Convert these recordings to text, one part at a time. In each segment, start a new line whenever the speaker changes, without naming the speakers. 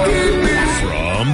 From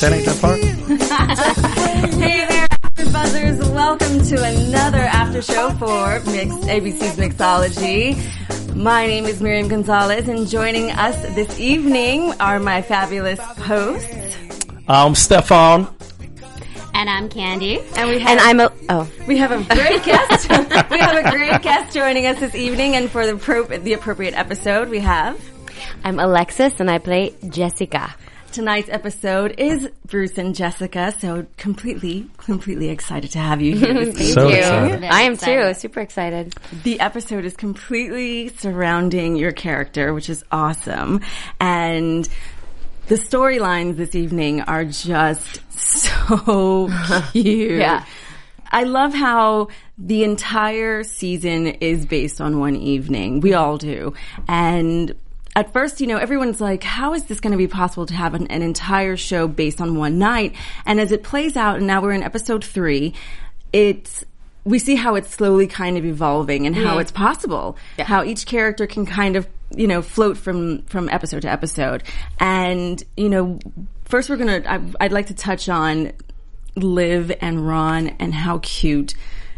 That ain't that far.
Hey there, After Buzzers. Welcome to another after show for Mixed ABC's Mixology. My name is Miriam Gonzalez, and joining us this evening are my fabulous hosts.
I'm Stefan.
And I'm Candy.
And we have,
And I'm a. Oh.
we have a great guest. we have a great guest joining us this evening, and for the, pro- the appropriate episode, we have.
I'm Alexis and I play Jessica.
Tonight's episode is Bruce and Jessica, so completely, completely excited to have you here this evening.
So excited.
I am too. Super excited.
The episode is completely surrounding your character, which is awesome. And the storylines this evening are just so cute.
Yeah.
I love how the entire season is based on one evening. We all do. And at first, you know, everyone's like, how is this going to be possible to have an, an entire show based on one night? And as it plays out, and now we're in episode three, it's, we see how it's slowly kind of evolving and how it's possible, how each character can kind of, you know, float from, from episode to episode. And, you know, first we're going to, I'd like to touch on Liv and Ron and how cute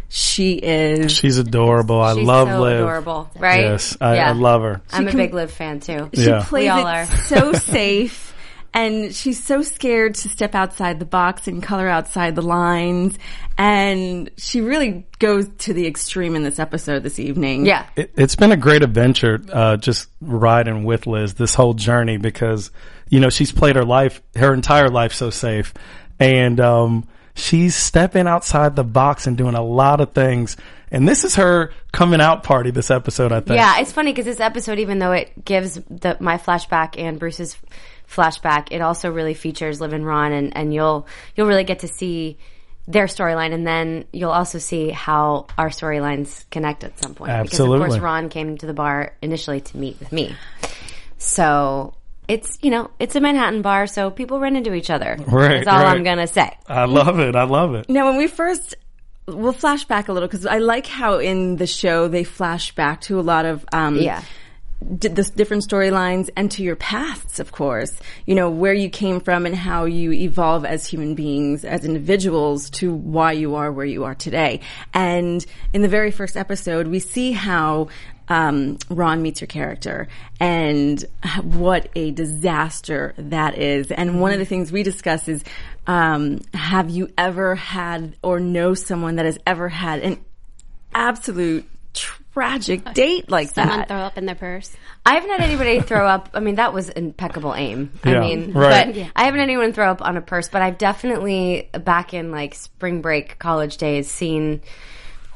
she is.
She's adorable. I
She's
love
so
Liv.
adorable, right?
Yes, I,
Yeah.
I love her.
I'm a big Liv fan too.
she
Yeah.
plays
We all
it
are.
so safe and she's so scared to step outside the box and color outside the lines and she really goes to the extreme in this episode this evening
Yeah,
It, it's been a great adventure, uh, just riding with Liz this whole journey because you know she's played her life, her entire life, so safe, and um, she's stepping outside the box and doing a lot of things. And this is her coming out party this episode, I think.
yeah. It's funny because this episode, even though it gives the my flashback and Bruce's flashback, it also really features Liv and Ron, and, and you'll you'll really get to see their storyline, and then you'll also see how our storylines connect at some point.
Absolutely.
Because of course, Ron came to the bar initially to meet with me, so. It's you know it's a Manhattan bar, so people run into each other.
Right,
That's all
right.
I'm gonna say.
I love it. I love it.
now when we first we'll flash back a little because i like how in the show they flash back to a lot of um
Yeah.
d- the s- different storylines and to your pasts, of course. You know, where you came from and how you evolve as human beings, as individuals to why you are where you are today. And in the very first episode, we see how um, Ron meets your character and h- what a disaster that is. And one of the things we discuss is, um, have you ever had or know someone that has ever had an absolute tragic date like
Someone
that?
throw up in their purse.
I haven't had anybody throw up. I mean, that was impeccable aim.
Yeah,
I mean,
right.
but
Yeah.
I haven't had anyone throw up on a purse. But I've definitely back in like spring break, college days, seen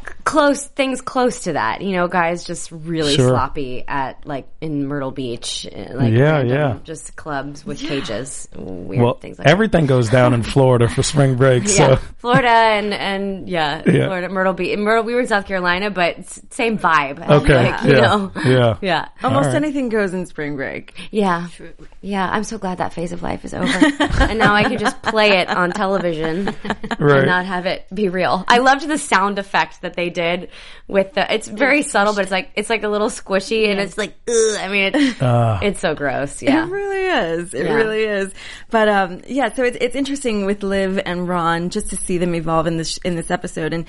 c- close things close to that. You know, guys just really
Sure.
sloppy at like in Myrtle Beach, uh, like
Yeah,
random,
yeah.
just clubs with cages, weird
Well,
things like that.
everything goes down in Florida for spring break,
Yeah,
so
Florida and and yeah,
Yeah.
Florida Myrtle Beach. Myrtle, we were in South Carolina, but s- same vibe.
okay,
like,
yeah,
you know,
yeah,
yeah.
Almost
right.
anything goes in spring break.
Yeah. Yeah. I'm so glad that phase of life is over. and now I can just play it on television
Right.
and not have it be real. I loved the sound effect that they did with the, it's very subtle, but it's like, it's like a little squishy and it's like, ugh. I mean, it's,
Ah.
it's so gross. Yeah.
It really is. It
Yeah.
really is. But um, yeah, so it's it's interesting with Liv and Ron just to see them evolve in this in this episode and.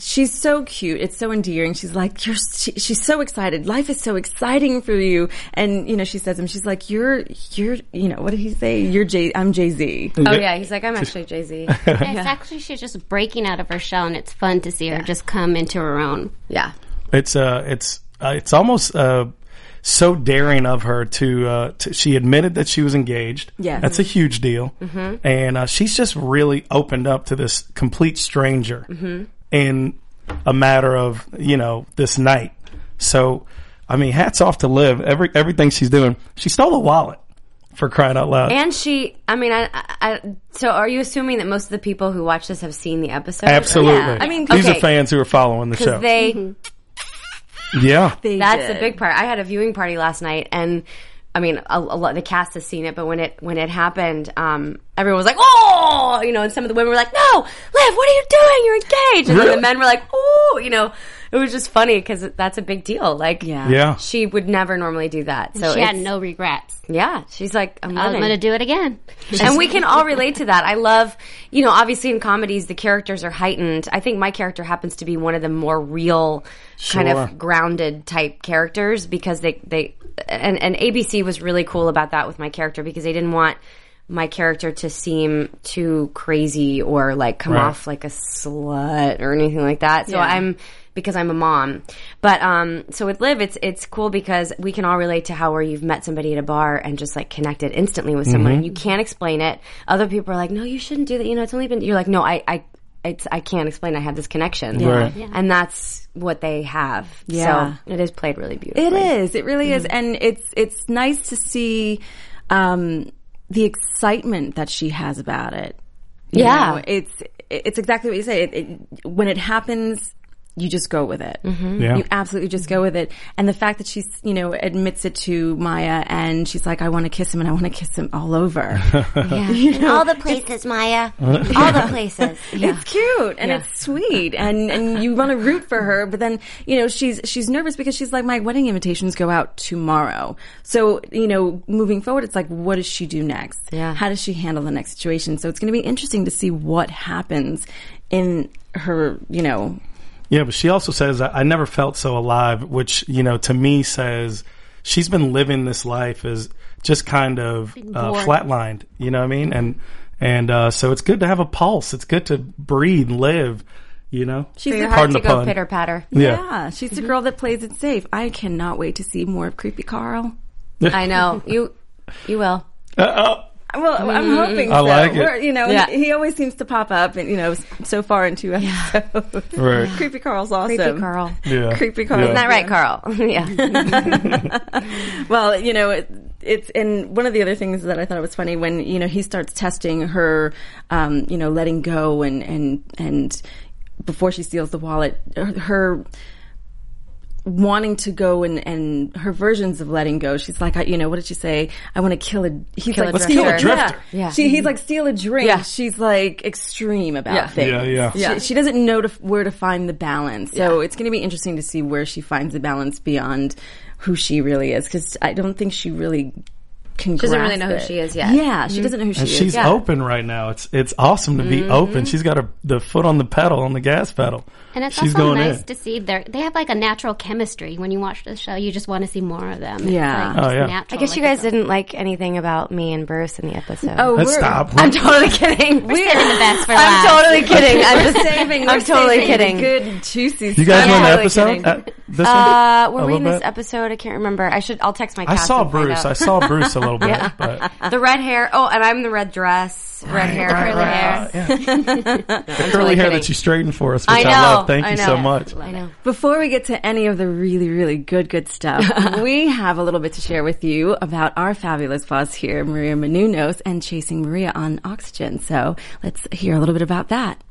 She's so cute. It's so endearing. She's like, you're, she, she's so excited. Life is so exciting for you. And, you know, she says to him, she's like, you're, you're, you know, what did he say? You're Jay, I'm Jay-Z.
Oh yeah. He's like, I'm actually Jay Z.
Yes, actually, she's just breaking out of her shell, and it's fun to see her just come into her own.
Yeah.
It's uh, it's uh, it's almost uh, so daring of her to, uh, to. She admitted that she was engaged.
Yeah. Mm-hmm.
that's a huge deal. And uh, she's just really opened up to this complete stranger
Mm-hmm.
in a matter of you know this night. So, I mean, hats off to Liv. Every everything she's doing, she stole a wallet for crying out loud.
And she, I mean, I, I, I- so are you assuming that most of the people who watch this have seen the episode?
Absolutely.
I mean,
these
okay.
are fans who are following the show.
Because they,
Mm-hmm.
yeah.
They
that's
did.
the big part. I had a viewing party last night, and I mean, a, a lot the cast has seen it, but when it when it happened, um, everyone was like, "Oh," you know, and some of the women were like, "No, Liv, what are you doing? You're engaged," and then
Really?
the men were like, "Oh," you know. It was just funny because that's a big deal. Like,
Yeah.
yeah.
she would never normally do that. So
she had
it's-
no regrets.
Yeah, she's like, I'm,
I'm
running."
going to do it again.
and we can all relate to that. I love, you know, obviously in comedies the characters are heightened. I think my character happens to be one of the more real, kind
Sure.
of grounded type characters because they they and and ABC was really cool about that with my character because they didn't want my character to seem too crazy or like come
Right.
off like a slut or anything like that. So
Yeah.
I'm because I'm a mom. But um so with Liv it's it's cool because we can all relate to how where you've met somebody at a bar and just like connected instantly with someone and you can't explain it. Other people are like, No, you shouldn't do that. You know, it's only been you're like, No, I I it's I can't explain I had this connection.
Right.
And that's what they have.
Yeah.
So it is played really beautifully.
It is. It really is, and it's it's nice to see um, the excitement that she has about it. You
Yeah.
know, it's it's exactly what you say. It, it, when it happens, you just go with it.
Yeah.
You absolutely just go with it. And the fact that she's, you know, admits it to Maya and she's like, I want to kiss him and I want to kiss him all over.
All the places, Maya. All the places.
It's cute and it's sweet and, and you want to root for her, but then, you know, she's, she's nervous because she's like, my wedding invitations go out tomorrow. So, you know, moving forward, it's like, what does she do next?
Yeah.
How does she handle the next situation? So it's going to be interesting to see what happens in her, you know,
Yeah, but she also says, I I never felt so alive, which, you know, to me says she's been living this life as just kind of uh,
bored.
flatlined, you know what I mean? And, and, uh, so it's good to have a pulse. It's good to breathe, live, you know?
she's
For
the
your
Pardon
heart to
the
go
pun.
pitter patter.
yeah.
Yeah, she's the girl that plays it safe. I cannot wait to see more of Creepy Carl.
I know. You you will.
Uh,
Well, I'm hoping.
I
so.
like it.
We're- You know,
Yeah.
he, he always seems to pop up, and you know, s- so far in two episodes.
Right.
Creepy Carl's awesome.
Creepy Carl.
Yeah.
Creepy Carl.
Yeah.
Isn't
Isn't that right, Carl? yeah.
Well, you know, it, it's and one of the other things that I thought was funny when you know he starts testing her, um, you know, letting go and and and before she steals the wallet, her. her wanting to go and and her versions of letting go she's like I, you know what did she say i want to kill a he's
Kill a
like
Let's kill a drifter. Mm-hmm.
drifter.
Yeah. She, he's like steal a drink
Yeah.
she's like extreme about
Yeah.
things
Yeah, yeah.
She-
Yeah.
She, doesn't know to, where to find the balance so it's going to be interesting to see where she finds the balance beyond who she really is because i don't think she really can she
doesn't really know who she is yet. Mm-hmm.
yeah she doesn't know who she
and
is
oh, she's
yeah.
open right now. It's, it's awesome to be open. She's got her, the foot on the pedal, on the gas pedal.
And it's
she's
also
going
nice
in.
to see their, they have like a natural chemistry. When you watch the show, you just want to see more of them. It's,
Yeah.
like,
Oh,
just
yeah.
natural,
I guess you
like,
guys didn't like anything about me and Bruce in the episode.
Oh,
Let's
we're-
stop.
I'm totally kidding.
We're saving the best for
I'm
last.
totally kidding. I'm just
saving
I'm
we're
totally
saving the
kidding.
good juicy
you guys
stuff.
know
I'm
the
totally
episode? Uh,
kidding.
this
Uh,
one?
we're
A
we in
little
this
bit?
episode? I can't remember. I should. I'll text my.
I
cast
saw
and find
Bruce.
out.
I saw Bruce a little bit, but
the red hair. Oh, and I'm the red dress. Red hair, curly hair.
the curly hair
kidding.
that you straightened for us, which
I
I,
know.
love. Thank
I
you
know.
so much.
I know.
Before we get to any of the really, really good, good stuff, we have a little bit to share with you about our fabulous boss here, Maria Menounos, and Chasing Maria on Oxygen. So let's hear a little bit about that.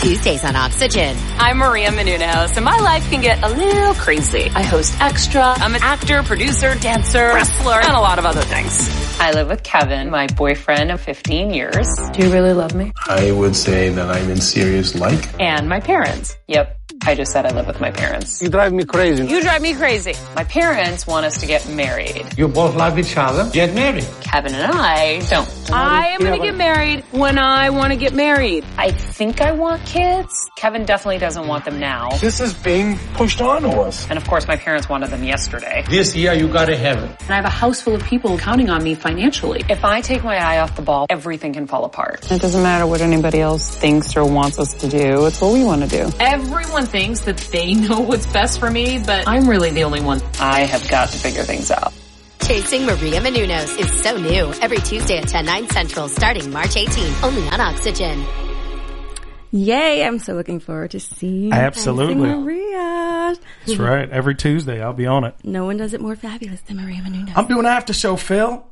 Tuesdays on Oxygen.
I'm Maria Menounos, and my life can get a little crazy. I host Extra. I'm an actor, producer, dancer, wrestler, and a lot of other things. I live with Kevin, my boyfriend of 15 years. Do you really love me?
I would say that I'm in serious like.
And my parents. Yep. I just said I live with my parents. You drive me crazy. You drive me crazy. My parents want us to get married.
You both love each other. Get married.
Kevin and I don't. I am going to get married when I want to get married. I think I want kids. Kevin definitely doesn't want them now.
This is being pushed on us.
And of course, my parents wanted them yesterday.
This year you gotta have it.
And I have a house full of people counting on me financially. If I take my eye off the ball, everything can fall apart.
It doesn't matter what anybody else thinks or wants us to do. It's what we want to do.
Everyone thinks that they know what's best for me, but I'm really the only one. I have got to figure things out.
Chasing Maria Menounos is so new. Every Tuesday at 10, 9 central, starting March 18th, only on Oxygen.
Yay! I'm so looking forward to seeing
Absolutely.
Dancing Maria.
That's right. Every Tuesday, I'll be on it.
No one does it more fabulous than Maria Menounos.
I'm doing after show, Phil.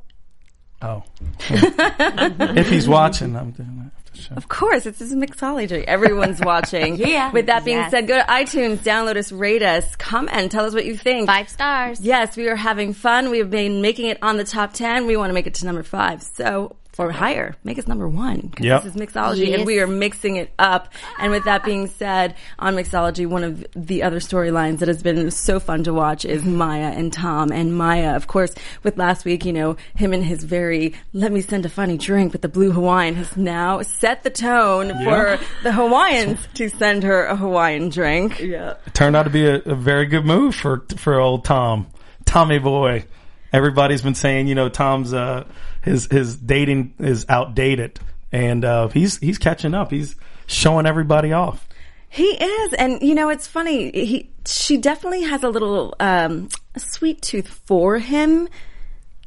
Oh.
Hmm.
if he's watching, I'm doing that.
Of course, it's just mixology. Everyone's watching. yeah. With that being
Yes.
said, go to iTunes, download us, rate us, comment, tell us what you think. Five
stars.
Yes, we are having fun. We have been making it on the top ten. We want to make it to number five. So or higher, make us number one. 'cause
Yep.
This is mixology, and
Yes.
we are mixing it up. And with that being said, on mixology, one of the other storylines that has been so fun to watch is Maya and Tom. And Maya, of course, with last week, you know, him and his very "let me send a funny drink" with the blue Hawaiian has now set the tone
Yeah.
for the Hawaiians to send her a Hawaiian drink. Yeah.
It turned out to be a, a very good move for for old Tom, Tommy boy. Everybody's been saying, you know, Tom's uh, his his dating is outdated, and uh, he's he's catching up. He's showing everybody off.
He is, and you know it's funny. He she definitely has a little um, sweet tooth for him,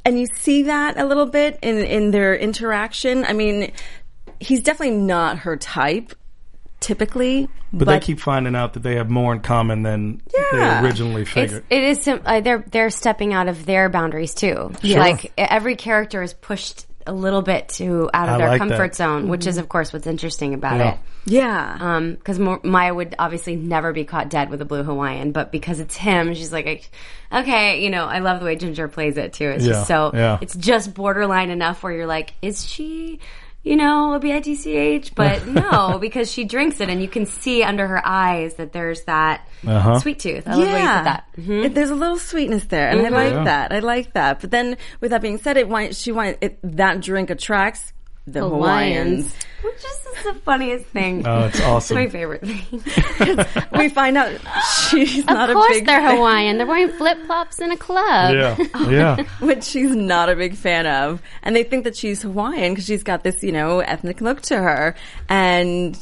and you see that a little bit in in their interaction. I mean, he's definitely not her type, typically.
But, they keep finding out that they have more in common than
Yeah.
they originally
It's,
figured.
it is sim- uh, they're they're stepping out of their boundaries too.
Sure.
Like e, every character is pushed a little bit to out of
I
their
like
comfort
that.
zone, which is of course what's interesting about
Yeah.
it.
Yeah.
Um, because Maya would obviously never be caught dead with a blue Hawaiian, but because it's him, she's like, okay, you know, I love the way Ginger plays it too. It's
Yeah,
just so
yeah.
it's just borderline enough where you're like, is she? You know, a bitch, but no, because she drinks it, and you can see under her eyes that there's that
Uh-huh.
sweet tooth. I love the way you said that.
It- there's a little sweetness there, and
Mhm.
I like
Yeah.
that. I like that. But then, with that being said, it why she why it, that drink attracts the Hawaiians.
Which is just the funniest thing.
Oh, it's awesome.
It's my favorite thing.
we find out she's not
of
a
course
big
they're
fan.
Hawaiian. They're wearing flip flops in a club.
Which she's not a big fan of. And they think that she's Hawaiian because she's got this, you know, ethnic look to her. And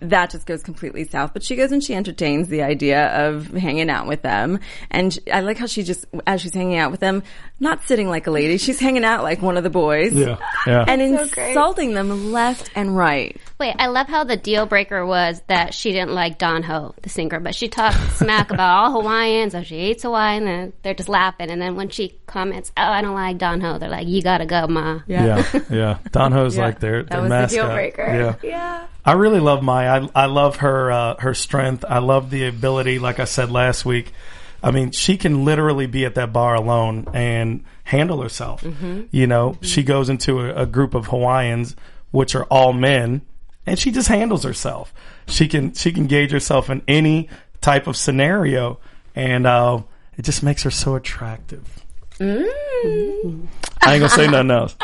that just goes completely south. But she goes and she entertains the idea of hanging out with them. And sh I like how she just, as she's hanging out with them, not sitting like a lady, she's hanging out like one of the boys.
Yeah, yeah.
And
So great.
insulting them left and right.
Wait, I love how the deal breaker was that she didn't like Don Ho, the singer, but she talked smack about all Hawaiians, how she hates Hawaiian, and they're just laughing. And then when she comments, "Oh, I don't like Don Ho," they're like, "You gotta go, ma."
Yeah, yeah. Don Ho's like their,
That
their
was the
mascot.
deal breaker.
Yeah.
Yeah.
I really love Maya. I, I love her uh, her strength. I love the ability. Like I said last week, I mean, she can literally be at that bar alone and handle herself.
Mhm.
You know, she goes into a, a group of Hawaiians, which are all men, and she just handles herself. She can she can gauge herself in any type of scenario, and uh, it just makes her so attractive. I ain't gonna say nothing else.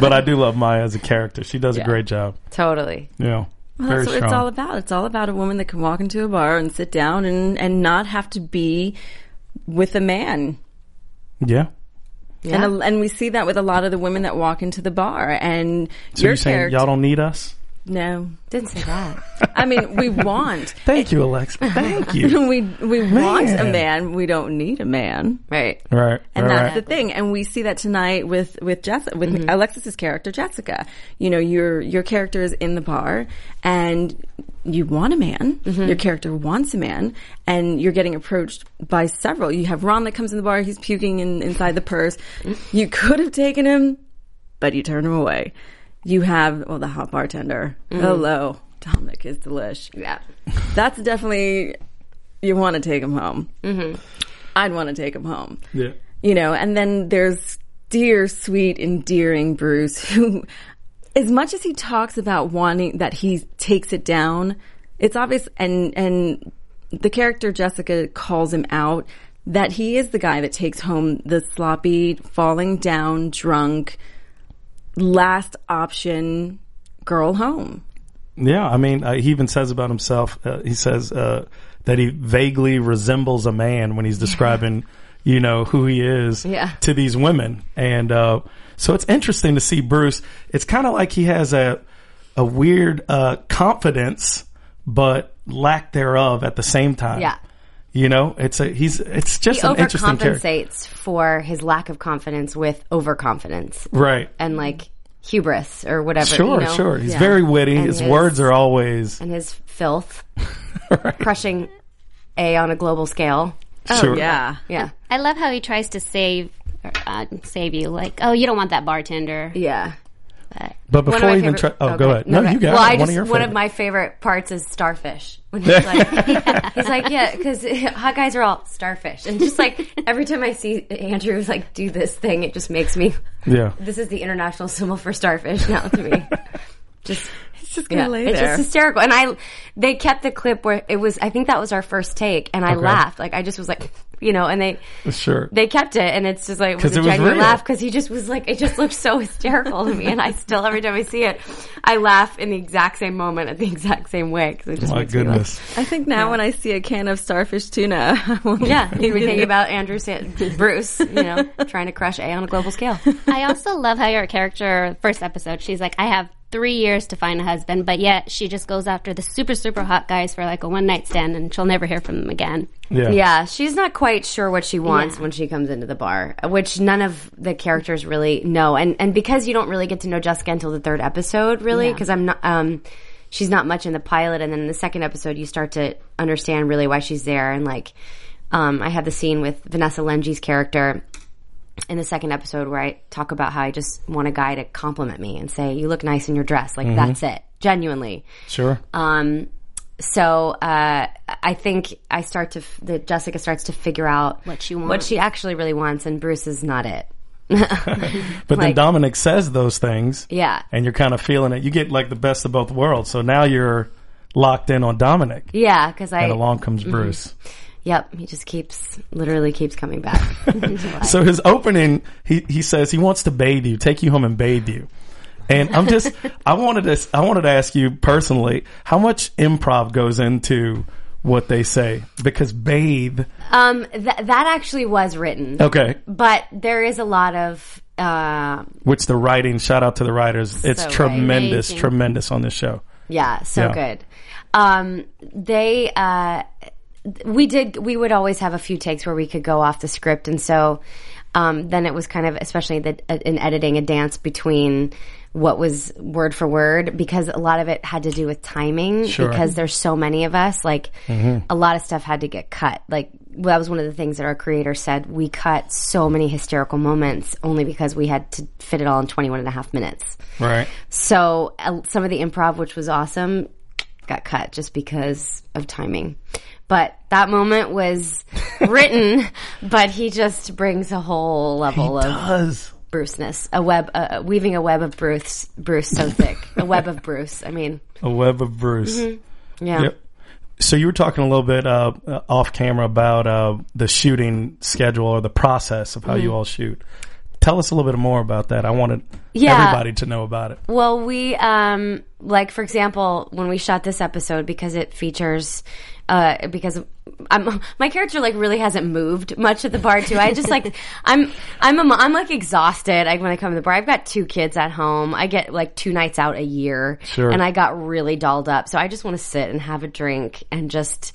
but I do love Maya as a character. She does a great job.
Totally.
Yeah.
Well,
Very
that's what
strong.
it's all about. It's all about a woman that can walk into a bar and sit down and, and not have to be with a man.
Yeah.
And, a, and we see that with a lot of the women that walk into the bar. And
So
your
you're saying
character,
y'all don't need us?
no,
didn't say that.
I mean, we want.
Thank you, Alexa. Thank you.
we we want a
Man.
man. We don't need a man. Right.
Right.
And
right, right.
that's the thing. And we see that tonight with with Jess, with Alexis's character Jessica. You know, your your character is in the bar, and you want a man. Your character wants a man, and you're getting approached by several. You have Ron that comes in the bar. He's puking in, inside the purse. You could have taken him, but you turn him away. You have well the hot bartender.
Mhm.
Hello, Dominic is delish.
Yeah,
that's definitely you want to take him home. Mm-hmm. I'd want to take him home
Yeah.
you know, and then there's dear, sweet, endearing Bruce, who, as much as he talks about wanting that he takes it down, it's obvious, and and the character Jessica calls him out that he is the guy that takes home the sloppy, falling down, drunk, last option girl home.
Yeah, I mean, uh, he even says about himself. Uh, he says uh, that he vaguely resembles a man when he's describing, you know, who he is
Yeah.
to these women, and uh, so it's interesting to see Bruce. It's kind of like he has a a weird uh, confidence, but lack thereof at the same time.
Yeah.
You know, it's a he's it's just
he
an interesting character.
overcompensates for his lack of confidence with overconfidence
Right.
and like hubris or whatever. you
Mm-hmm. Sure,
know?
sure. He's
Yeah.
very witty.
And
His, words are always
and his filth, crushing a on a global scale.
Oh, Sure. yeah.
yeah.
I love how he tries to save uh, save you. Like, oh, you don't want that bartender.
Yeah.
But
One of
before
my
you even try
favorite-
Oh, go ahead. No, you got
well, I
it. one
just
of your
one
favorites.
of my favorite parts is starfish. When he's like, he's like, yeah, because hot guys are all starfish, and just like every time I see Andrew like do this thing, it just makes me.
Yeah.
This is the international symbol for starfish now to me. just. It's
just gonna lay
it's
there.
just hysterical, and I. They kept the clip where it was. I think that was our first take, and I
Okay.
laughed. Like I just was like, you know, and they
Sure.
they kept it, and it's just like it
'Cause
was a
it was
genuine
real.
laugh because he just was like, it just looked so hysterical to me, and I still every time I see it, I laugh in the exact same moment at the exact same way because it just
My
makes me laugh.
goodness.
I think now when I see a can of starfish tuna, I won't-
Yeah, you were thinking about Andrew Sa- Bruce, you know, trying to crush A on a global scale.
I also love how your character, first episode, she's like, I have three years to find a husband, but yet she just goes after the super, super hot guys for like a one night stand and she'll never hear from them again.
Yeah. she's not quite sure what she wants
Yeah.
when she comes into the bar, which none of the characters really know. And and because you don't really get to know Jessica until the third episode, really,
Yeah.
because I'm not. Um, she's not much in the pilot, and then in the second episode, you start to understand really why she's there. And like, um, I had the scene with Vanessa Lenji's character in the second episode where I talk about how I just want a guy to compliment me and say, "You look nice in your dress." Like
Mhm.
that's it, genuinely.
Sure.
Um, so uh, I think I start to f- that Jessica starts to figure out what she what
wants.
she actually really wants, and Bruce is not it.
But then
like-
Dominic says those things.
Yeah.
And you're kind of feeling it. You get like the best of both worlds. So now you're locked in on Dominic.
Yeah, because I
and along comes
Mhm.
Bruce.
Yep, he just keeps literally keeps coming back.
So his opening, he, he says he wants to bathe you, take you home and bathe you. And I'm just, I wanted to, I wanted to ask you personally, how much improv goes into what they say? Because bathe,
um, th- that actually was written.
okay,
but there is a lot of. Uh,
which the writing, shout out to the writers, it's
So right.
tremendous,
Amazing.
tremendous on this show.
Yeah, so
Yeah.
good. Um, they uh, th- we did we would always have a few takes where we could go off the script, and so um, then it was kind of especially the, uh, in editing a dance between what was word for word because a lot of it had to do with timing
Sure.
because there's so many of us like a lot of stuff had to get cut. Like well, that was one of the things that our creator said. We cut so many hysterical moments only because we had to fit it all in 21 and a half minutes.
Right.
So uh, some of the improv, which was awesome, got cut just because of timing. But that moment was written, but he just brings a whole level
He
of
does.
Bruceness, a web, uh, weaving a web of Bruce, Bruce so thick, a web of Bruce. I mean,
A Web of Bruce.
Mhm. Yeah.
So you were talking a little bit uh, uh, off camera about uh, the shooting schedule or the process of how you
Mhm.
all shoot. Tell us a little bit more about that. I wanted
Yeah.
everybody to know about it.
Well, we um like for example when we shot this episode because it features uh because I'm my character like really hasn't moved much at the bar too. I just like I'm I'm a, mo- I'm like exhausted. Like when I come to the bar, I've got two kids at home. I get like two nights out a year,
Sure.
and I got really dolled up. So I just want to sit and have a drink and just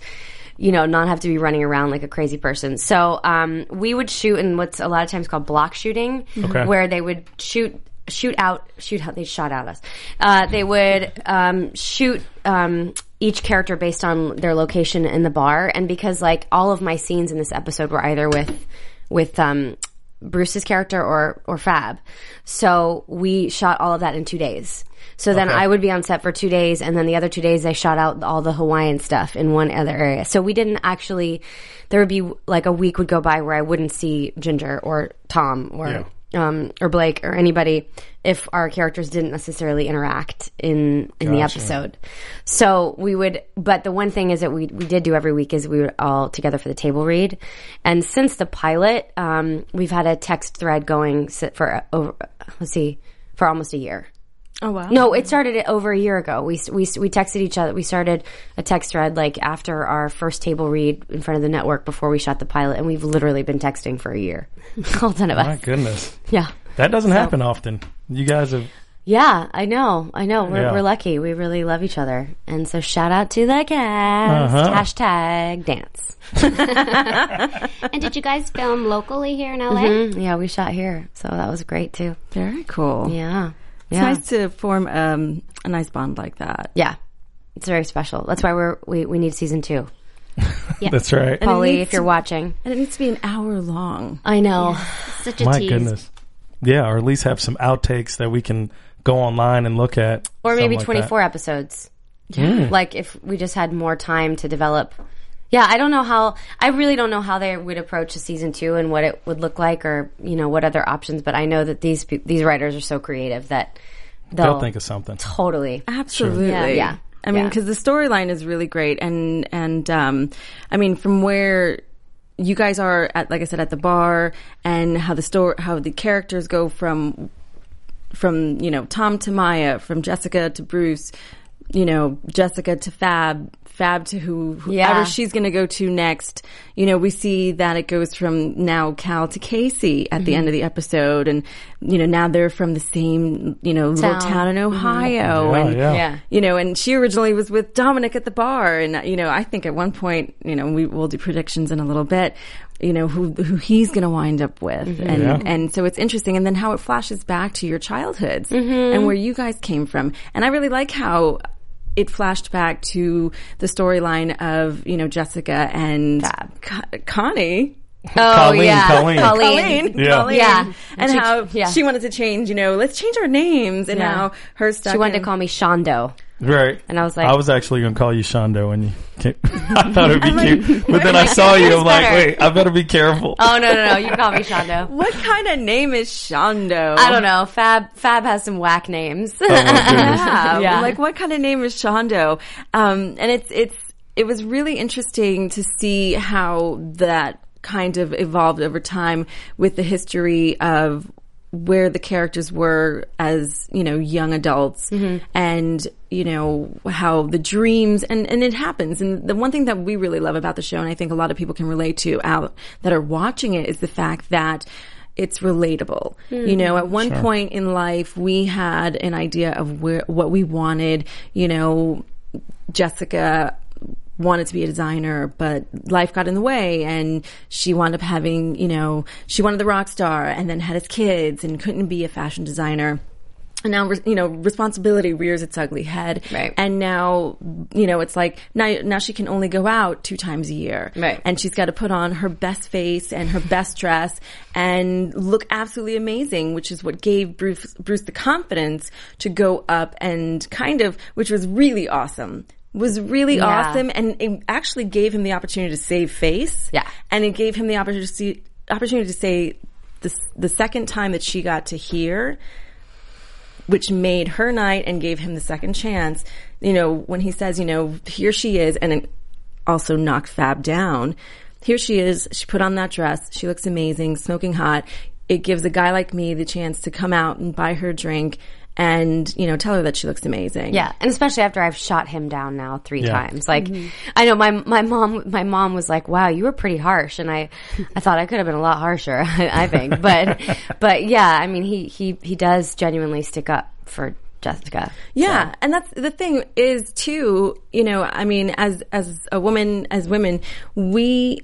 you know, not have to be running around like a crazy person. So um, we would shoot in what's a lot of times called block shooting,
Okay.
where they would shoot shoot out shoot out they shot out us. Uh, they would um, shoot. Um, each character based on their location in the bar, and because like all of my scenes in this episode were either with with um, Bruce's character or or Fab, so we shot all of that in two days. So then
Okay.
I would be on set for two days, and then the other two days I shot out all the Hawaiian stuff in one other area. So we didn't actually. There would be like a week would go by where I wouldn't see Ginger or Tom or um, or Blake or anybody if our characters didn't necessarily interact in in the
Gotcha.
episode. So we would, but the one thing is that we we did do every week is we were all together for the table read, and since the pilot, um, we've had a text thread going si- for uh, over let's see for almost a year.
Oh wow.
No, it started over a year ago. We we we texted each other. We started a text thread like after our first table read in front of the network before we shot the pilot, and we've literally been texting for a year. all ten of
My
us.
goodness.
Yeah.
That doesn't
So-
happen often. You guys have
Yeah, I know. I know. We're,
Yeah.
we're lucky. We really love each other. And so shout out to the cast.
Uh-huh.
Hashtag dance.
and did you guys film locally here in LA?
Mhm. Yeah, we shot here. So that was great too.
Very cool.
Yeah.
It's
Yeah.
nice to form um, a nice bond like that.
Yeah. It's very special. That's why we're, we, we need season two.
Yeah.
That's right.
And it
Polly,
needs
if you're
to-
watching.
And it needs to be an hour long.
I know.
Such a
My
tease.
goodness. Yeah, or at least have some outtakes that we can go online and look at.
Or maybe
something like
24
that.
episodes.
Mm.
Like if we just had more time to develop. Yeah, I don't know how, I really don't know how they would approach a season two and what it would look like or, you know, what other options, but I know that these, pe- these writers are so creative that they'll,
They'll think of something.
Totally.
Absolutely.
Yeah. Yeah.
I mean,
Yeah.
because the storyline is really great, and and um, I mean, from where you guys are at, like I said, at the bar, and how the story, how the characters go from from you know Tom to Maya, from Jessica to Bruce, you know Jessica to Fab, Fab to who whoever
Yeah.
she's going to go to next. You know, we see that it goes from now Cal to Casey at
Mm-hmm.
the end of the episode, and you know now they're from the same you know little
Town. Mm-hmm.
town in Ohio,
Yeah,
and
Oh, yeah.
Yeah.
you know, and she originally was with Dominic at the bar, and you know, I think at one point, you know, we will do predictions in a little bit, you know, who who he's going to wind up with,
Mm-hmm.
and
Yeah.
and so it's interesting, and then how it flashes back to your childhoods
Mm-hmm.
and where you guys came from, and I really like how. It flashed back to the storyline of you know Jessica and Co- Connie,
Oh
Colleen,
yeah.
Colleen.
Colleen.
Colleen,
Yeah.
Colleen.
Yeah.
and
She-
how
yeah.
she wanted to change. You know, let's change our names, and
Yeah.
how her stuff.
She wanted to call me Shondo.
Right.
And I was like-
I was actually going to call you Shondo when you came. I thought it would be cute. But then I saw you. I'm like,
better.
wait, I better be careful.
Oh no no no! You call me Shondo.
What kind of name is Shondo?
I don't know. Fab Fab has some whack names.
Oh,
Yeah.
Yeah.
Like what kind of name is Shondo? Um, and it's, it's, it was really interesting to see how that kind of evolved over time with the history of where the characters were as, you know, young adults
Mm-hmm.
and, you know, how the dreams and, and it happens. And the one thing that we really love about the show, and I think a lot of people can relate to out that are watching it is the fact that it's relatable. You know, at one point in life, we had an idea of where, what we wanted. You know, Jessica wanted to be a designer, but life got in the way and she wound up having, you know, she wanted the rock star and then had his kids and couldn't be a fashion designer. And now, res- you know, responsibility rears its ugly head.
Right.
And now, you know, it's like now, now she can only go out two times a year.
Right.
And she's got to put on her best face and her best dress and look absolutely amazing, which is what gave Bruce, Bruce the confidence to go up and kind of, which was really awesome. Was really
Yeah.
awesome and it actually gave him the opportunity to save face.
Yeah.
And it gave him the opportunity, opportunity to say the, s- the second time that she got to hear which made her night and gave him the second chance. You know, when he says, you know, here she is, and it also knocked Fab down. Here she is. She put on that dress. She looks amazing, smoking hot. It gives a guy like me the chance to come out and buy her a drink and, you know, tell her that she looks amazing.
Yeah, and especially after I've shot him down now three
Yeah.
times. Like,
Mm-hmm.
I know my my mom my mom was like, "Wow, you were pretty harsh," and I I thought I could have been a lot harsher. I, I think, but but yeah, I mean, he he he does genuinely stick up for Jessica.
Yeah, and that's the thing is too. You know, I mean, as as a woman, as women, we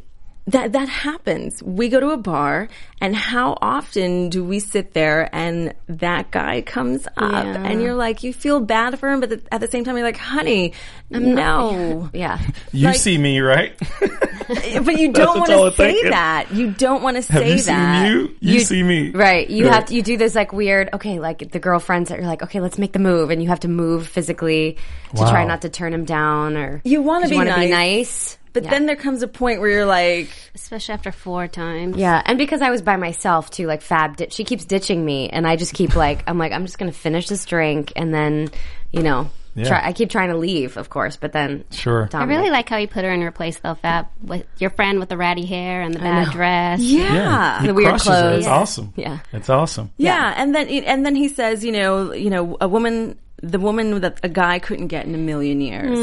that that happens. We go to a bar, and how often do we sit there and that guy comes up,
Yeah.
and you're like, you feel bad for him, but the, at the same time, you're like, honey, no,
Yeah,
you see me, right?
but you
That's
don't want
what's all I'm
to say
thinking.
that. You don't want to
Have
say
you
that.
seen you? You, see me.
right. You
Yeah.
have to, you do this like weird. Okay, like the girlfriends that you're like, okay, let's make the move, and you have to move physically to try
Wow.
not to turn him down, or
You wanna
'cause
be
wanna
nice.
nice.
But then there comes a point where you're like,
Especially after four times.
Yeah, and because I was by myself too, like Fab, di- she keeps ditching me, and I just keep like, I'm like, I'm just gonna finish this drink, and then, you know,
Yeah.
try. I keep trying to leave, of course, but then
Sure.
I
Dominic-
really like how you put her in her place though, Fab, with your friend with the ratty hair and the bad dress.
yeah.
Yeah. He
The weird
crushes It.
clothes.
It's
Yeah.
awesome.
Yeah.
It's awesome.
Yeah. and then and then he says, you know, you know, a woman, the woman that a guy couldn't get in a million years,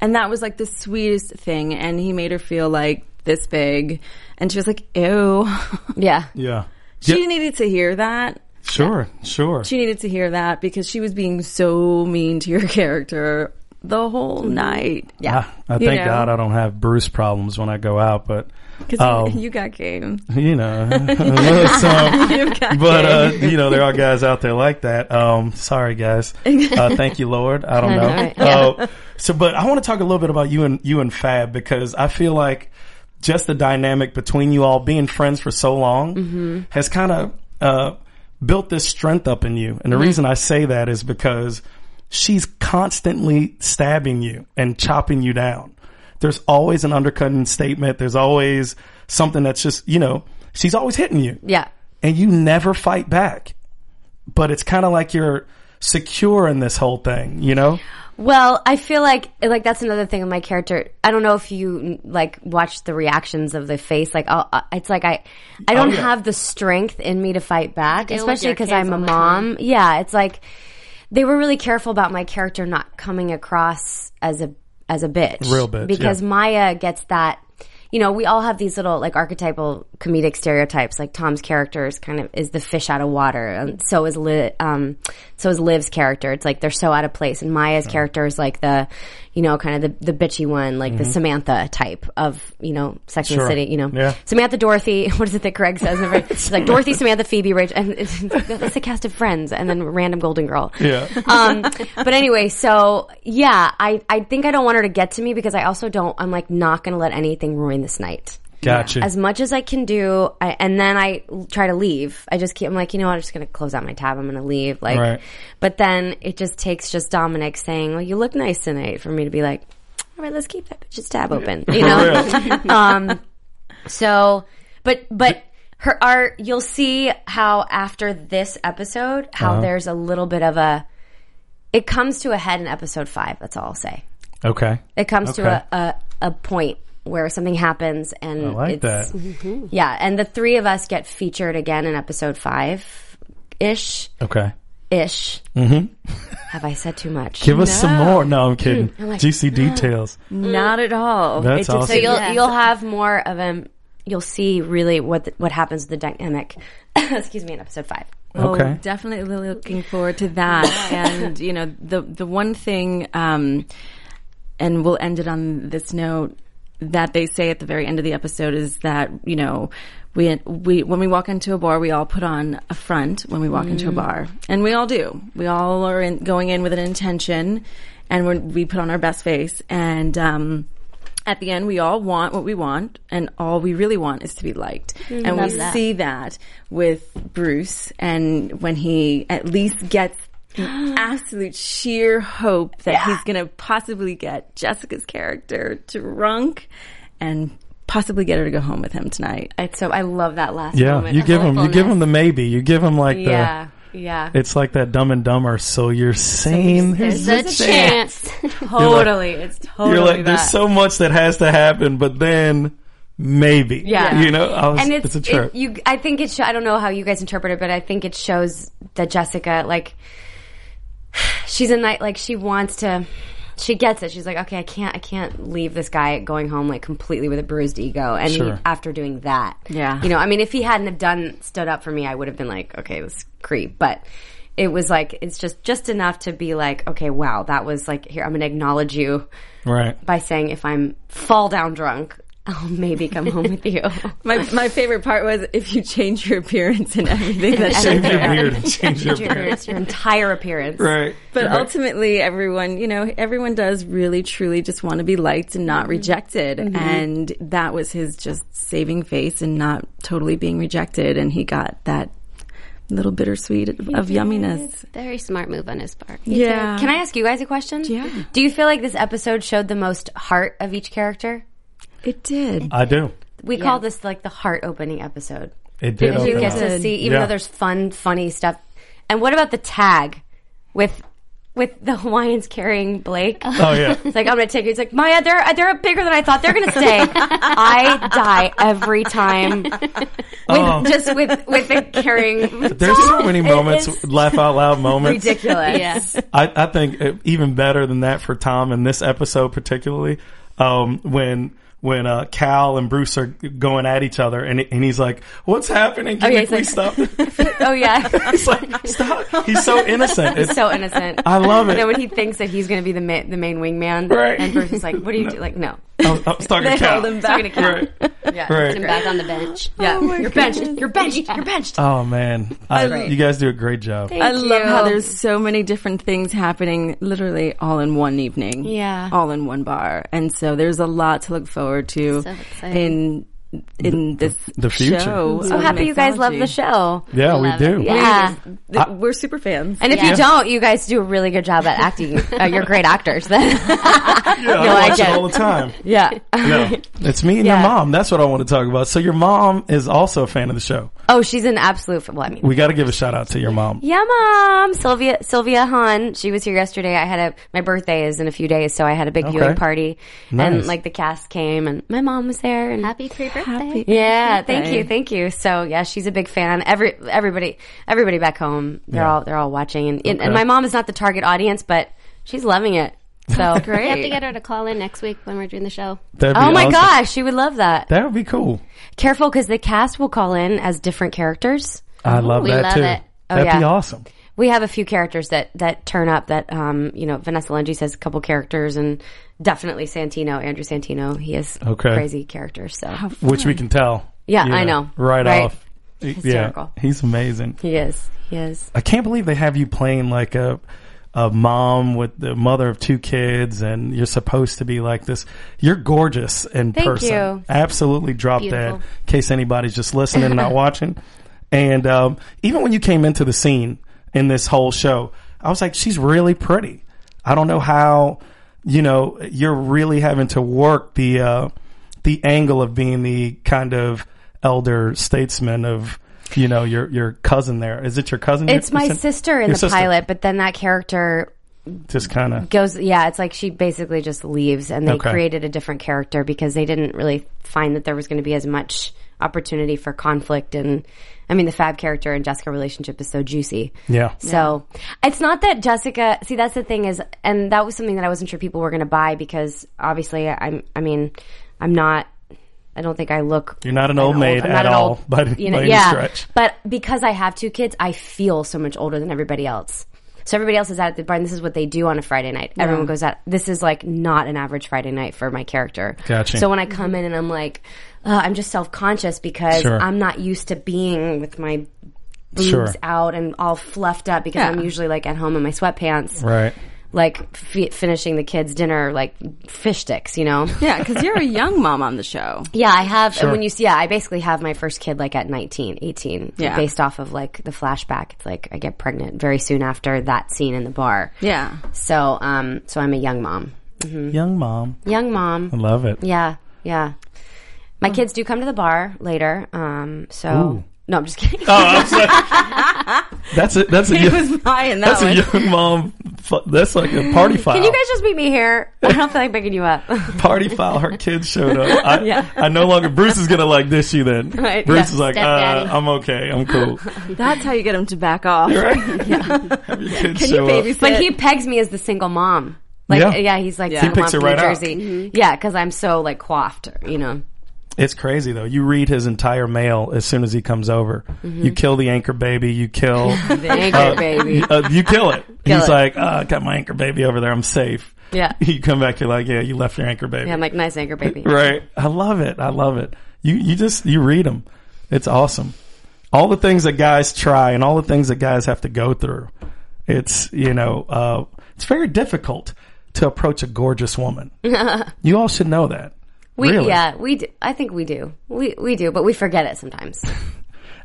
and that was like the sweetest thing. And he made her feel like this big, and she was like, ew,
yeah,
Yeah.
she
Yeah.
needed to hear that.
Sure, sure.
She needed to hear that because she was being so mean to your character the whole night. Yeah.
I, I
You
thank
know?
God I don't have Bruce problems when I go out, but
Because
um,
you, you got game.
you know, so,
You've got
but uh,
game.
you know, there are guys out there like that. Um, sorry, guys. Uh, thank you, Lord. I don't
I
know.
know, right? Yeah.
Uh, so, but I want to talk a little bit about you and you and Fab because I feel like just the dynamic between you all being friends for so long
Mm-hmm.
Mhm.
has kind of uh, built this strength up in you. And the
Mm-hmm.
Mhm.
reason I say that is because she's constantly stabbing you and chopping you down. There's always an undercutting statement. There's always something that's just, you know, she's always hitting you
Yeah.
and you never fight back. But it's kind of like you're secure in this whole thing, you know?
Well, I feel like like that's another thing with my character. I don't know if you like watch the reactions of the face. Like, I'll, I- it's like I,
Oh,
I don't
yeah.
have the strength in me to fight back,
deal with
especially
your
because
kids
I'm a
all the time.
mom. Yeah, it's like they were really careful about my character not coming across as a as a bitch,
Real bitch,
because
yeah.
Maya gets that. You know, we all have these little like archetypal comedic stereotypes. Like Tom's character is kind of is the fish out of water. and So is Liv, um, so is Liv's character. It's like they're so out of place. And Maya's character is like the, you know, kind of the, the bitchy one, like the
Mhm.
Samantha type of you know Sex and
Sure.
the City. You know,
Yeah.
Samantha Dorothy. What is it that Craig says? Every, she's like Dorothy, Samantha, Phoebe, Rachel, and it's, that's the cast of Friends, and then random Golden Girl
Yeah.
um, but anyway, so yeah, I, I think I don't want her to get to me because I also don't, I'm like not going to let anything ruin this night.
Gotcha.
As much as I can do, I, and then I l- try to leave. I just keep, I'm like, you know what? I'm just going to close out my tab. I'm going to leave. Like,
Right.
but then it just takes just Dominic saying, well, you look nice tonight for me to be like, all right, let's keep that bitch's tab open, you know? um, so, but, but her art, you'll see how after this episode, how
Uh-huh.
there's a little bit of a, it comes to a head in episode five. That's all I'll say.
Okay.
It comes
Okay.
to a, a, a point where something happens and
I like
it's,
that.
yeah. And the three of us get featured again in episode five ish,
Okay.
ish.
Mm-hmm.
Have I said too much?
Give us some more. No, I'm kidding.
I'm like,
Juicy
no.
details.
Not at all.
That's
just-
awesome.
So you'll
Yeah.
you'll have more of a you'll see really what the, what happens with the dynamic. excuse me, in episode five.
Oh, definitely really looking forward to that. and you know, the the one thing, um, and we'll end it on this note that they say at the very end of the episode is that you know. We, we when we walk into a bar, we all put on a front when we walk into a
Mm.
bar, and we all do. We all are in, going in with an intention, and we're, we put on our best face. And um, at the end, we all want what we want, and all we really want is to be liked.
Mm,
and we
love that.
see see that with Bruce and when he at least gets the absolute sheer hope that he's going to possibly get Jessica's character drunk and possibly get her to go home with him tonight.
so I love that last
Yeah, you give them, uh, you give them the maybe. You give them like
Yeah,
the,
yeah.
It's like that Dumb and Dumber. So you're saying
There's,
a chance.
totally, it's totally.
you're like,
that.
there's so much that has to happen, but then maybe,
Yeah,
you know, I was,
and
it's,
it's,
a
it-
trip.
you, I think it. Show, I don't know how you guys interpret it, but I think it shows that Jessica, like, she's a night. Like, she wants to. She gets it. She's like, okay, I can't, I can't leave this guy going home like completely with a bruised ego. And he-
Sure.
after doing that,
Yeah.
you know, I mean, if he hadn't have done stood up for me, I would have been like, okay, this creep, but. It was like it's just just enough to be like, okay, wow, that was like here. I'm gonna acknowledge you
right.
by saying if I'm fall down drunk, I'll maybe come home with you.
My my favorite part was if you change your appearance and everything that
Change your
beard and change your appearance.
your entire appearance.
Right.
But
Right.
ultimately, everyone, you know, everyone does really, truly just want to be liked and
Mm-hmm.
not rejected.
Mhm.
And that was his just saving face and not totally being rejected. And he got that little bittersweet of, of yumminess.
Very smart move on his part.
Yeah.
Can I ask you guys a question? Yeah. Do you feel like this episode showed the most heart of each character?
It did.
I do.
We call this like the heart opening episode.
It did
Because you
open
get
up.
to see, even
Yeah.
though there's fun, funny stuff. And what about the tag with with the Hawaiians carrying Blake?
Oh, yeah.
it's like I'm gonna take it. It's like Maya, they're they're bigger than I thought. They're gonna stay. I die every time. With,
Oh.
Just with with the carrying.
There's so many
It
moments,
is
laugh out loud moments.
Ridiculous.
I, I think uh, even better than that for Tom in this episode particularly, um, when when uh, Cal and Bruce are going at each other, and and he's like, "What's happening? Can
Oh, yeah,
we
he's like-
please stop?"
oh yeah,
stop. He's so innocent.
He's
It's-
so innocent.
I love it.
And then when he thinks that he's going to be the ma- the main wingman,
Right.
and Bruce is like, "What do you do?" Like, no,
I'm, I'm talking to
They
Cal.
hold him back.
Right.
yeah,
Right. Him
back on the bench.
Yeah,
Oh my
you're benched. You're benched. You're benched.
Oh man, I,
great.
you guys do a great job.
I love how
you.
there's so many different things happening literally all in one evening.
Yeah.
All in one bar. And so there's a lot to look forward to
So exciting.
in in this
the future.
show.
I'm
so
of
happy you guys love the
mixology.
show.
Yeah, we do.
Yeah.
Th- We're super fans.
And if you don't, you guys do a really good job at acting. Uh, you're great actors. Then
Yeah,
You'll
I watch
like
it
it.
all the time.
yeah.
No, it's me and
Yeah.
your mom. That's what I want to talk about. So your mom is also a fan of the show.
Oh, she's an absolute. Well, I mean,
We got to give a shout out to your mom.
Yeah, mom, Sylvia, Sylvia Hahn. She was here yesterday. I had a my birthday is in a few days, so I had a big
Okay.
viewing party,
Nice.
and like the cast came, and my mom was there. And
Happy pre-birthday.
yeah, thank
birthday.
you, thank you. So yeah, she's a big fan. Every everybody, everybody back home, they're
Yeah.
all they're all watching, and, and
Okay.
my mom is not the target audience, but she's loving it. So
We have to
great.
get her to call in next week when we're doing the show.
That'd be
Oh my
awesome.
gosh, she would love that.
that would be cool.
Careful, because the cast will call in as different characters.
I love
we
that
love
too.
it.
Oh,
That'd be
yeah.
awesome.
we have a few characters that that turn up that um you know Vanessa Lungi says a couple characters and definitely Santino Andrew Santino he is
Okay.
crazy characters so
Which we can tell.
Yeah, I know.
Right,
Right.
off.
Hysterical.
Yeah, he's amazing.
he is he is
I can't believe they have you playing like a a mom with the mother of two kids, and you're supposed to be like this. You're gorgeous in
Thank
person.
you.
Absolutely, drop that
Beautiful.
in case anybody's just listening and not watching. And um, even when you came into the scene in this whole show, I was like, she's really pretty. I don't know how you know you're really having to work the uh, the angle of being the kind of elder statesman of. You know your your cousin there. Is it your cousin?
it's
You- you
my
said-
sister in
your
the pilot but then that character
Just kind of.
goes yeah it's like she basically just leaves and they
Okay.
created a different character because they didn't really find that there was going to be as much opportunity for conflict and I mean the Fab character and Jessica relationship is so juicy
Yeah.
So it's not that Jessica. See, that's the thing is, and that was something that I wasn't sure people were going to buy because obviously, I'm. I mean, I'm not. I don't think I look.
You're not an
that
old maid
I'm not
at
an
all,
old-
but by any
yeah.
stretch.
But because I have two kids, I feel so much older than everybody else. So everybody else is out at the bar, and this is what they do on a Friday night. Everyone goes out. This is like not an average Friday night for my character.
Gotcha.
So when I come in and I'm like, uh, I'm just self conscious because
Sure.
I'm not used to being with my boobs
Sure.
out and all fluffed up because I'm usually like at home in my sweatpants,
Right.
like f- finishing the kids' dinner, like fish sticks, you know?
Yeah, because you're a young mom on the show.
yeah, I have,
Sure.
and when you see, yeah, I basically have my first kid like at 19, 18,
Yeah.
based off of like the flashback. It's like I get pregnant very soon after that scene in the bar.
Yeah.
So, um, so I'm a young mom.
Young mom.
Young mom.
I love it.
Yeah, yeah. My kids do come to the bar later. Um, so
oh. Ooh. Oh.
no, I'm just kidding.
That's a that's a
He
young,
was buying that
that's a
one.
young mom. fu- That's like a party file.
Can you guys just meet me here? I don't feel like picking you up.
party file? Her kids showed up. I, I no longer. Bruce is gonna like this. You then.
Right,
Bruce
yeah.
is like, uh,
Stepdaddy.
I'm okay. I'm cool.
That's how you get him to back off.
Right? uh, Have your kids
Can you
show up.
babysit?
But he pegs me as the single mom. Like
Yeah.
yeah, he's like
He
single
picks
mom
it
from
right Mm-hmm. out.
New Jersey. Yeah, because I'm so like coiffed, you know.
It's crazy though. You read his entire mail as soon as he comes over.
Mm-hmm.
You kill the anchor baby. You kill the
anchor baby.
Uh, you kill it.
Kill
He's
it.
like, oh, I got my anchor baby over there. I'm safe.
Yeah.
You come back. You're like, yeah, you left your anchor baby.
Yeah, I'm like nice anchor baby.
right. I love it. I love it. You you just you read them. It's awesome. All the things that guys try and all the things that guys have to go through. It's you know uh, it's very difficult to approach a gorgeous woman. you all should know that.
We
really.
yeah, we do. I think we do. We we do, but we forget it sometimes.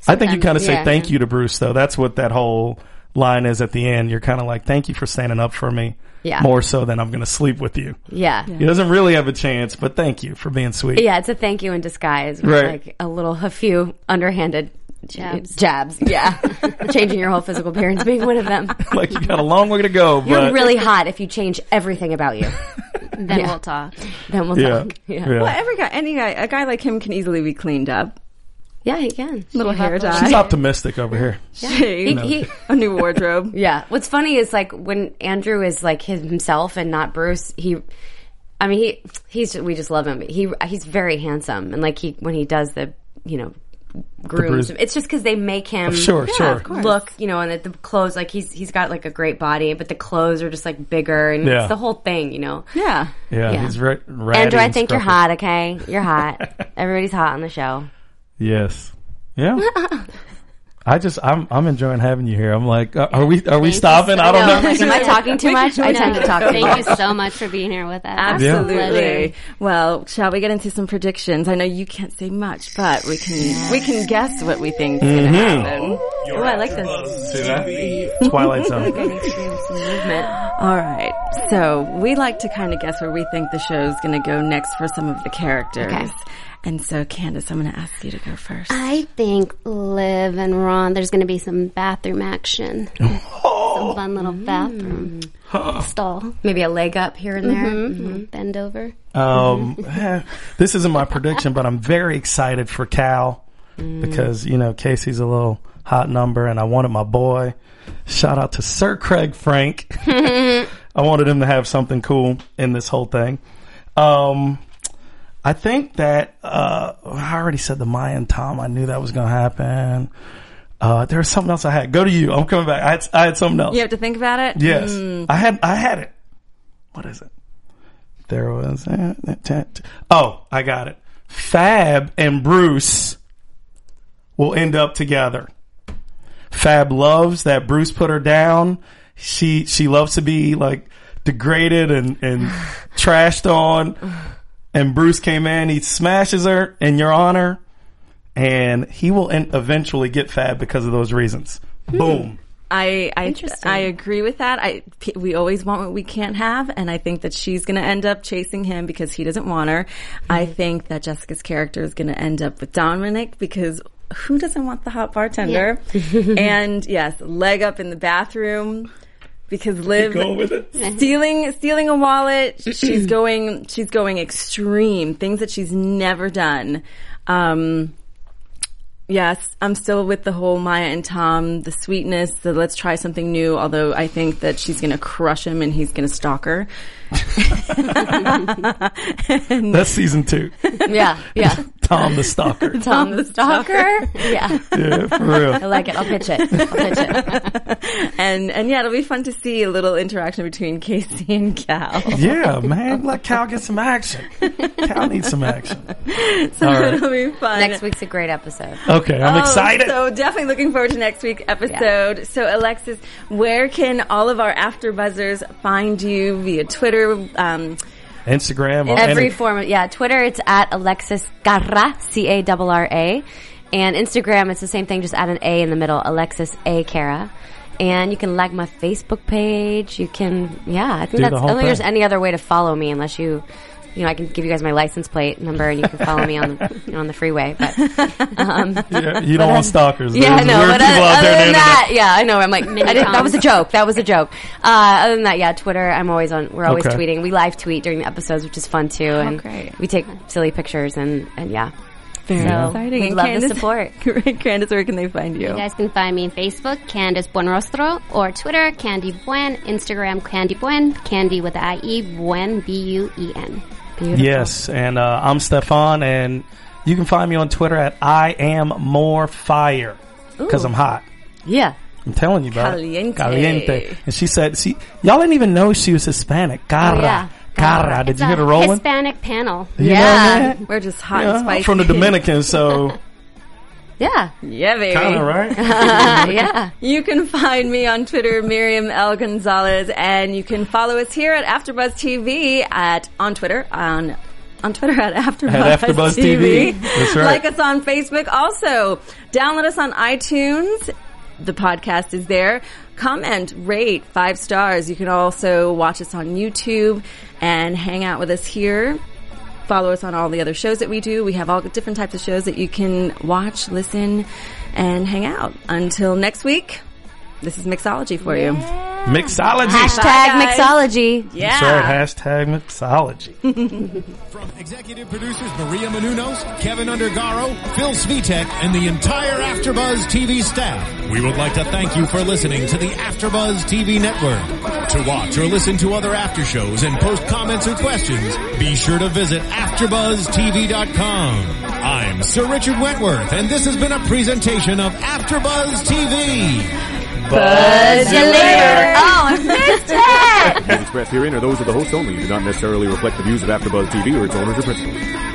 I think you kind of say
yeah.
thank you to Bruce, though. That's what that whole line is at the end. You're kind of like, thank you for standing up for me.
Yeah.
More so than I'm going to sleep with you.
Yeah.
He
yeah.
doesn't really have a chance, but thank you for being sweet.
it's a thank you in disguise. with,
Right.
Like a little a few underhanded
Jabs.
jabs. Jabs. Yeah. Changing your whole physical appearance being one of them.
Like you got a long way to go,
You're
but
really hot if you change everything about you.
Then we'll talk.
Then we'll
yeah,
talk.
yeah.
yeah.
Well, every guy, any guy, a guy like him can easily be cleaned up.
Yeah, he can.
Little hair dye,
She's optimistic over here.
shave,
He- he-
a new wardrobe.
Yeah. What's funny is like when Andrew is like his, himself and not Bruce, he I mean, he he's we just love him. He he's very handsome, and like he when he does the you know grooms,
bruise.
it's just because they make him
Sure, Yeah, sure. of course.
look you know, and that the clothes like he's he's got like a great body, but the clothes are just like bigger, and
Yeah.
it's the whole thing, you know.
Yeah,
Yeah, he's ra- ratty
Andrew, I
and
think you're
scruffy.
hot. Okay, you're hot. Everybody's hot on the show.
Yes. Yeah. I just I'm I'm enjoying having you here. I'm like, uh, are we are we stopping? I don't
No,
know.
like, am I talking too much? I tend to talk too
Thank you
much.
so much for being here with us.
Absolutely.
Pleasure.
Well, shall we get into some predictions? I know you can't say much, but we can we can guess what we think is
Mhm.
going to happen. Oh, I like this.
See that? Twilight Zone.
All right. So we like to kind of guess where we think the show's going to go next for some of the characters.
Okay. Uh,
And so, Candace, I'm going to ask you to go first.
I think Liv and Ron, there's going to be some bathroom action.
Oh.
Some fun little bathroom stall.
Maybe a leg up here and there.
Mm-hmm. Bend over.
Um, eh, this isn't my prediction, but I'm very excited for Cal because you know Casey's a little hot number, and I wanted my boy. Shout out to Sir Craig Frank. I wanted him to have something cool in this whole thing. Um, I think that uh, I already said the Mayan Tom. I knew that was going to happen. Uh, there was something else I had. Go to you. I'm coming back. I had, I had something else.
You have to think about it?
Yes,
Mm.
I had. I had it. What is it? There was. Oh, I got it. Fab and Bruce will end up together. Fab loves that Bruce put her down. She she loves to be like degraded and and trashed on. And Bruce came in, he smashes her in your honor, and he will en- eventually get Fab because of those reasons. Boom.
I I, I agree with that. I p- we always want what we can't have, and I think that she's going to end up chasing him because he doesn't want her. I think that Jessica's character is going to end up with Dominic because who doesn't want the hot bartender? and yes, leg up in the bathroom because Liv
going with it?
stealing stealing a wallet. She's going she's going extreme things that she's never done. Um, Yes, I'm still with the whole Maya and Tom, the sweetness, the let's try something new, although I think that she's going to crush him and he's going to stalk her.
That's season two.
Yeah, yeah.
Tom the Stalker.
Tom the Stalker. yeah.
Yeah, for real.
I like it. I'll pitch it. I'll pitch it.
And and yeah, it'll be fun to see a little interaction between Casey and Cal.
Yeah, man. Let Cal get some action. Cal needs some action.
So
All right.
it'll be fun.
Next week's a great episode.
Okay, I'm
Oh,
excited.
So definitely looking forward to next week's episode. So Alexis, where can all of our after buzzers find you via Twitter? Um,
Instagram. on
Every
any-
form, of, yeah. Twitter, it's at Alexis Garra, C A R R A, and Instagram, it's the same thing, just add an A in the middle, Alexis A Cara. And you can like my Facebook page. You can, yeah. I
Do
think
the
that's. I
whole
don't think there's
thing.
any other way to follow me unless you, you know, I can give you guys my license plate number and you can follow me on the, you know, on the freeway. But um,
Yeah, you don't want stalkers.
yeah,
There's
no,
weird
but
people
other,
out there on the
other than that,
internet.
yeah, I know. I'm like,
Mini
I didn't, that was a
cons.
joke. That was a joke. Uh, other than that, yeah, Twitter. I'm always on. We're always
Okay.
tweeting. We live tweet during the episodes, which is fun too. and
Oh, great.
we take silly pictures and and yeah,
very
So,
exciting.
we'd
And
love
Candace-
the support.
Great, Candace, where can they find you?
You guys can find me on Facebook, Candice Buenrostro, or Twitter, Candy Buen, Instagram, Candy Buen, Candy with the IE, Buen, B U E N.
Yes, and uh, I'm Stefan, and you can find me on Twitter at I am more fire because
Ooh.
I'm hot.
Yeah.
I'm telling you, bro.
Caliente.
Caliente. And she said, "See, y'all didn't even know she was
Oh,
Hispanic." Cara,
yeah.
cara. Did
It's
you hear
a
the rolling?
Hispanic panel.
You know that?
we're just hot
Yeah,
and spicy.
I'm from the Dominican, so
Yeah.
Yeah, baby.
kind of right.
yeah.
You can find me on Twitter, Miriam L. Gonzalez, and you can follow us here at AfterBuzz TV at on Twitter on on Twitter at AfterBuzz,
At AfterBuzz TV. That's right.
Like us on Facebook. Also, download us on iTunes. The podcast is there. Comment, rate five stars. You can also watch us on YouTube and hang out with us here. Follow us on all the other shows that we do. We have all different types of shows that you can watch, listen, and hang out. Until next week, this is Mixology for you.
Mixology.
Hashtag
Bye, guys.
mixology.
Yeah.
That's right. Hashtag mixology.
From executive producers Maria Menounos, Kevin Undergaro, Phil Svitek, and the entire AfterBuzz TV staff, we would like to thank you for listening to the AfterBuzz TV network. To watch or listen to other after shows and post comments or questions, be sure to visit AfterBuzzTV.com. I'm Sir Richard Wentworth, and this has been a presentation of AfterBuzz TV.
Oh, I missed it! Views expressed herein are those of the host only and do not necessarily reflect the views of AfterBuzz TV or its owners or principals.